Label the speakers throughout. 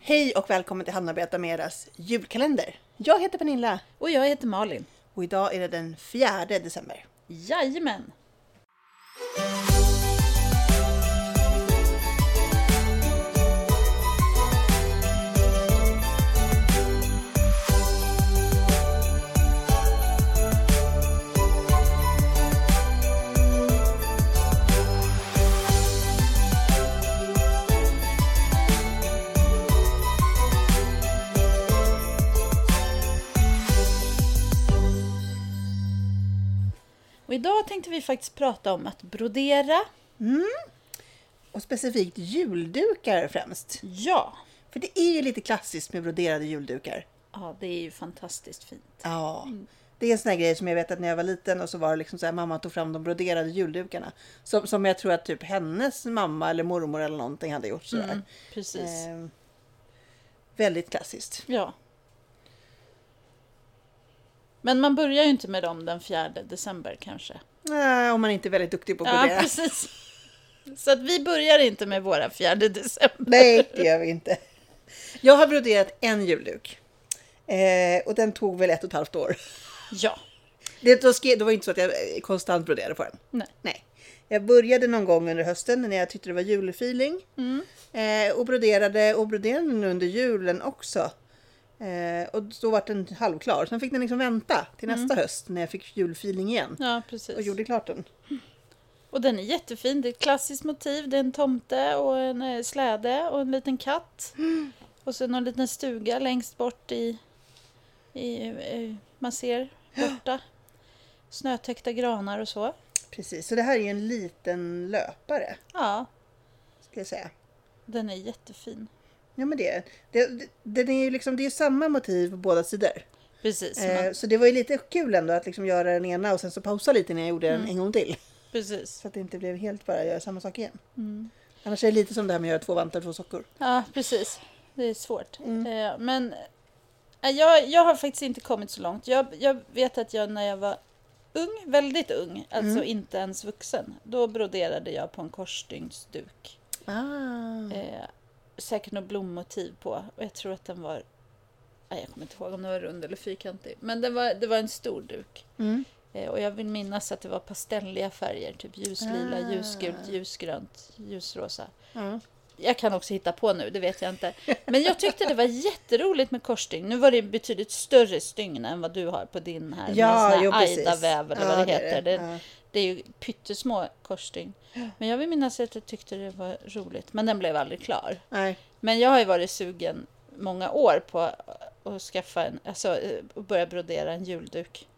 Speaker 1: Hej och välkommen till Hamnarbeta med eras julkalender. Jag heter Pernilla
Speaker 2: Och jag heter Malin.
Speaker 1: och idag är det den 4 december.
Speaker 2: Jajamän! Och idag tänkte vi faktiskt prata om att brodera.
Speaker 1: Och specifikt juldukar främst.
Speaker 2: Ja!
Speaker 1: För det är ju lite klassiskt med broderade juldukar.
Speaker 2: Ja, det är ju fantastiskt fint.
Speaker 1: Ja. Det är en sån här grej som jag vet att när jag var liten och så var det liksom så här, mamma tog fram de broderade juldukarna. Som, som jag tror att typ hennes mamma eller mormor eller någonting hade gjort sådär.
Speaker 2: Mm, Precis.
Speaker 1: Eh, väldigt klassiskt.
Speaker 2: Ja. Men man börjar ju inte med dem den 4 december kanske.
Speaker 1: Eh, om man inte är väldigt duktig på att brodera.
Speaker 2: Ja, precis. Så att vi börjar inte med våra 4 december.
Speaker 1: Nej, det gör vi inte. Jag har broderat en julduk. Eh, och den tog väl ett och ett halvt år.
Speaker 2: Ja.
Speaker 1: Det, då, skrev, det var inte så att jag eh, konstant broderade på den.
Speaker 2: Nej.
Speaker 1: Nej. Jag började någon gång under hösten när jag tyckte det var julfeeling. Eh, och broderade och broderade den under julen också. Eh, och då var den halvklar. Sen fick den liksom vänta till nästa höst när jag fick julfeeling igen.
Speaker 2: Ja,
Speaker 1: Och
Speaker 2: precis.
Speaker 1: gjorde klart den.
Speaker 2: Och den är jättefin. Det är ett klassiskt motiv. Det är en tomte och en eh, släde och en liten katt. Och så någon liten stuga längst bort i... i eh, man ser borta. Snötäckta granar och så.
Speaker 1: Precis, så det här är ju en liten löpare.
Speaker 2: Ja,
Speaker 1: Ska jag säga.
Speaker 2: den är jättefin.
Speaker 1: Ja men det, det, det, den är ju liksom, det är ju samma motiv på båda sidor.
Speaker 2: Precis.
Speaker 1: Eh,
Speaker 2: man-
Speaker 1: så det var ju lite kul ändå att liksom göra den ena och sen så pausa lite när jag gjorde den
Speaker 2: Mm.
Speaker 1: en gång till.
Speaker 2: precis. Mm.
Speaker 1: Så att det inte blev helt bara göra samma sak igen. Annars är det lite som det här med att göra två vantar och två sockor.
Speaker 2: Ja, precis. Det är svårt. Eh, men eh, jag, jag har faktiskt inte kommit så långt. Jag, jag vet att jag när jag var ung, väldigt ung, alltså inte ens vuxen, då broderade jag på en korsstygnsduk.
Speaker 1: Ah.
Speaker 2: Eh, säkert något blommotiv på och jag tror att den var Nej, jag kommer inte ihåg om den var rund eller fyrkantig. Men det var, det var en stor duk.
Speaker 1: Mm.
Speaker 2: Eh, och jag vill minnas att det var pastelliga färger. Typ ljuslila,
Speaker 1: Ah.
Speaker 2: ljusgult, ljusgrönt, ljusrosa.
Speaker 1: Ja.
Speaker 2: Jag kan också hitta på nu, det vet jag inte. Men jag tyckte det var jätteroligt med korsstygn. Nu var det betydligt större stygn än vad du har på din här.
Speaker 1: Ja, jo,
Speaker 2: med
Speaker 1: precis.
Speaker 2: Aida-väv eller
Speaker 1: Ja,
Speaker 2: vad det
Speaker 1: det är
Speaker 2: heter.
Speaker 1: det.
Speaker 2: Det,
Speaker 1: Ja.
Speaker 2: det är ju pyttesmå korsstygn. Men jag vill minnas att jag tyckte det var roligt. Men den blev aldrig klar.
Speaker 1: Nej.
Speaker 2: Men jag har ju varit sugen många år på att skaffa en, alltså eh, att börja brodera en julduk.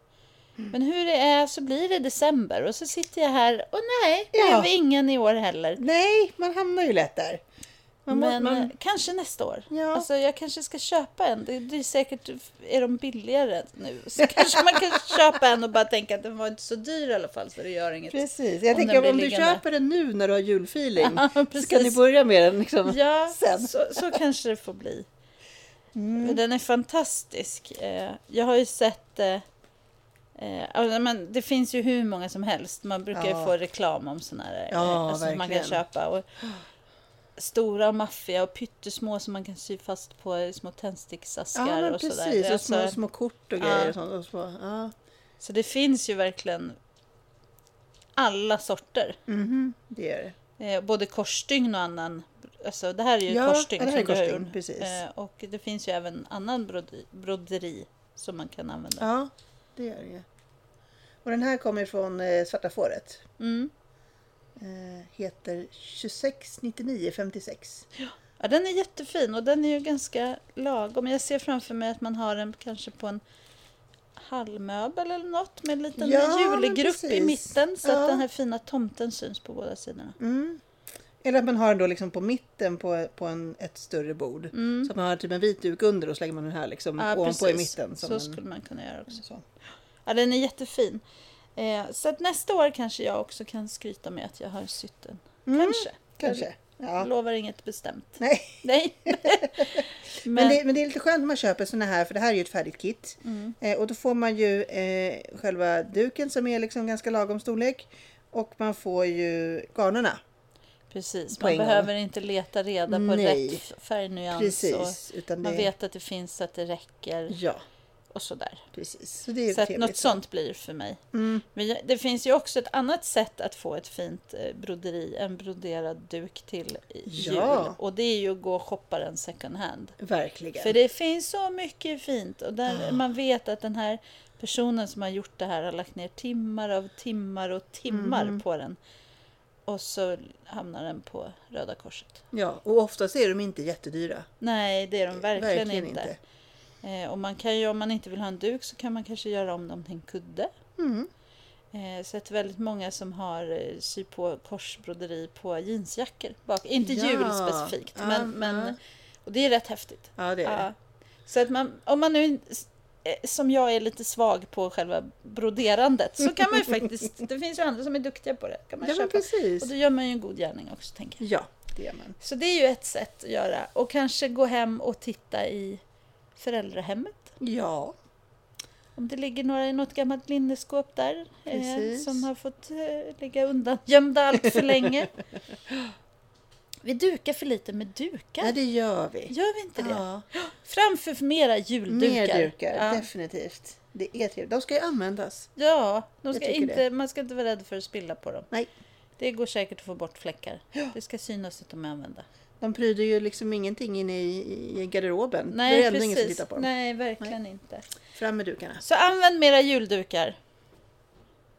Speaker 1: Mm.
Speaker 2: Men hur det är så blir det december och så sitter jag här och nej, det
Speaker 1: Ja.
Speaker 2: blev ingen i år heller.
Speaker 1: Nej, man hamnar ju lätt där. Man må,
Speaker 2: Men eh,
Speaker 1: man,
Speaker 2: kanske nästa år.
Speaker 1: Ja.
Speaker 2: Alltså jag kanske ska köpa en. Det, det är säkert, är de billigare nu? Så kanske man kan köpa en och bara tänka att den var inte så dyr i alla fall så det gör inget.
Speaker 1: precis, jag
Speaker 2: om den
Speaker 1: tänker om,
Speaker 2: blir
Speaker 1: om du
Speaker 2: liggande.
Speaker 1: köper den nu när du har julfeeling
Speaker 2: Ja,
Speaker 1: så ska ni
Speaker 2: precis.
Speaker 1: börja med den liksom.
Speaker 2: Ja,
Speaker 1: sen. Mm.
Speaker 2: Så, så kanske det får bli. För Den är fantastisk. Eh, Jag har ju sett... eh, eh, alltså, men det finns ju hur många som helst. Man brukar
Speaker 1: Ja.
Speaker 2: ju få reklam om sådana här eh,
Speaker 1: Ja,
Speaker 2: alltså, som man kan
Speaker 1: verkligen.
Speaker 2: köpa. Och stora och maffiga och pyttesmå som man kan sy fast på eh, små
Speaker 1: Ja,
Speaker 2: tändsticksaskar
Speaker 1: men
Speaker 2: och sådär.
Speaker 1: precis. Och små,
Speaker 2: Alltså,
Speaker 1: små kort och grejer
Speaker 2: Ja.
Speaker 1: och sånt. Och små, ja.
Speaker 2: Så det finns ju verkligen alla sorter.
Speaker 1: Mhm, det gör det.
Speaker 2: Eh, både korsstygn och annan. Alltså, det här är ju
Speaker 1: Ja,
Speaker 2: korsstygn
Speaker 1: det här
Speaker 2: som
Speaker 1: är
Speaker 2: du har
Speaker 1: korsstygn,
Speaker 2: gjort.
Speaker 1: precis.
Speaker 2: Eh, och det finns ju även annan broderi, broderi som man kan använda.
Speaker 1: Ja, det gör det ju. Och den här kommer från eh, Svarta fåret.
Speaker 2: Mm.
Speaker 1: Eh, heter 269956.
Speaker 2: Ja, den är jättefin och den är ju ganska lagom. Jag ser framför mig att man har den kanske på en hallmöbel eller något med en liten
Speaker 1: Ja, men
Speaker 2: julegrupp i
Speaker 1: precis.
Speaker 2: mitten så
Speaker 1: Ja.
Speaker 2: att den här fina tomten syns på båda sidorna.
Speaker 1: Mm. Eller att man har den då liksom på mitten på, på en, ett större bord. Så att man har typ en vit duk under och så lägger man den här liksom
Speaker 2: Mm. Ja,
Speaker 1: ovanpå i
Speaker 2: precis.
Speaker 1: mitten. Som
Speaker 2: så
Speaker 1: en,
Speaker 2: skulle man kunna göra också.
Speaker 1: så.
Speaker 2: Ja, den är jättefin. Eh, så att nästa år kanske jag också kan skryta med att jag har sytt den. Kanske.
Speaker 1: Mm, Kanske. Ja.
Speaker 2: Lovar inget bestämt.
Speaker 1: Nej.
Speaker 2: Nej. men
Speaker 1: Men, det, men det är lite skönt när man köper såna här, för det här är ju ett färdigt kit.
Speaker 2: mm,
Speaker 1: Eh, och då får man ju eh, själva duken som är liksom ganska lagom storlek. Och man får ju garnerna.
Speaker 2: Precis,
Speaker 1: På
Speaker 2: man
Speaker 1: en gång.
Speaker 2: behöver inte leta reda på
Speaker 1: Nej.
Speaker 2: rätt f- färgnyans. Och
Speaker 1: Precis, utan det...
Speaker 2: man vet att det finns, att det räcker
Speaker 1: Ja,
Speaker 2: och sådär.
Speaker 1: precis. Så det är
Speaker 2: Så att
Speaker 1: trevligt.
Speaker 2: något sånt blir det för mig.
Speaker 1: Mm.
Speaker 2: Men jag- det finns ju också ett annat sätt att få ett fint eh, broderi, en broderad duk till i- jul.
Speaker 1: Ja.
Speaker 2: Och det är ju att gå och shoppa den second hand.
Speaker 1: Verkligen.
Speaker 2: För det finns så mycket fint och där
Speaker 1: Ja.
Speaker 2: man vet att den här personen som har gjort det här har lagt ner timmar av timmar och timmar
Speaker 1: Mm.
Speaker 2: på den. Och så hamnar den på Röda Korset.
Speaker 1: Ja, och oftast är de inte jättedyra.
Speaker 2: Nej, det är de verkligen, inte. Eh, och man kan ju, om man inte vill ha en duk så kan man kanske göra om dem till en kudde.
Speaker 1: Mm.
Speaker 2: Eh, så att väldigt många som har eh, sy på korsbroderi på jeansjackor. Bak. Inte
Speaker 1: Ja.
Speaker 2: jul specifikt,
Speaker 1: Ja,
Speaker 2: men, men
Speaker 1: ja.
Speaker 2: och det är rätt häftigt.
Speaker 1: Ja, det är det.
Speaker 2: Ja. Så att man, om man nu eh, som jag är lite svag på själva broderandet så kan man ju faktiskt, det finns ju andra som är duktiga på det, kan man
Speaker 1: Ja, men
Speaker 2: köpa.
Speaker 1: precis.
Speaker 2: Och då gör man ju en god gärning också tänker jag.
Speaker 1: Ja, det gör man.
Speaker 2: Så det är ju ett sätt att göra och kanske gå hem och titta i föräldrahemmet.
Speaker 1: Ja,
Speaker 2: Om det ligger några i något gammalt linneskåp där eh,
Speaker 1: Precis.
Speaker 2: som har fått eh, ligga undan gömda allt för länge. Vi dukar för lite med dukar.
Speaker 1: ja det gör vi.
Speaker 2: Gör vi inte det?
Speaker 1: Ja.
Speaker 2: Framför mera juldukar.
Speaker 1: Mer dukar,
Speaker 2: Ja.
Speaker 1: definitivt. Det är trevligt. De ska ju användas.
Speaker 2: Ja, de
Speaker 1: Jag
Speaker 2: ska
Speaker 1: tycker
Speaker 2: inte,
Speaker 1: det.
Speaker 2: man ska inte vara rädd för att spilla på dem.
Speaker 1: Nej.
Speaker 2: Det går säkert att få bort fläckar. Det ska synas att de är använda.
Speaker 1: De pryder ju liksom ingenting inne i, i garderoben.
Speaker 2: Nej,
Speaker 1: det är ändå ingen som
Speaker 2: precis.
Speaker 1: tittar på dem.
Speaker 2: Nej, verkligen inte.
Speaker 1: Fram med dukarna.
Speaker 2: Så använd mera juldukar.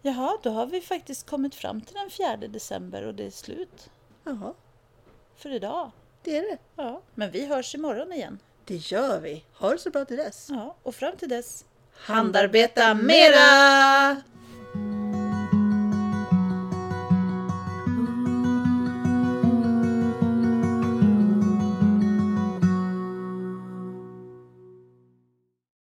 Speaker 2: Jaha, då har vi faktiskt kommit fram till den 4 december och det är slut
Speaker 1: Jaha,
Speaker 2: för idag.
Speaker 1: det är det.
Speaker 2: Ja, men vi hörs imorgon igen.
Speaker 1: Det gör vi. Ha det så bra till dess.
Speaker 2: Ja, och fram till dess.
Speaker 1: Handarbeta mera!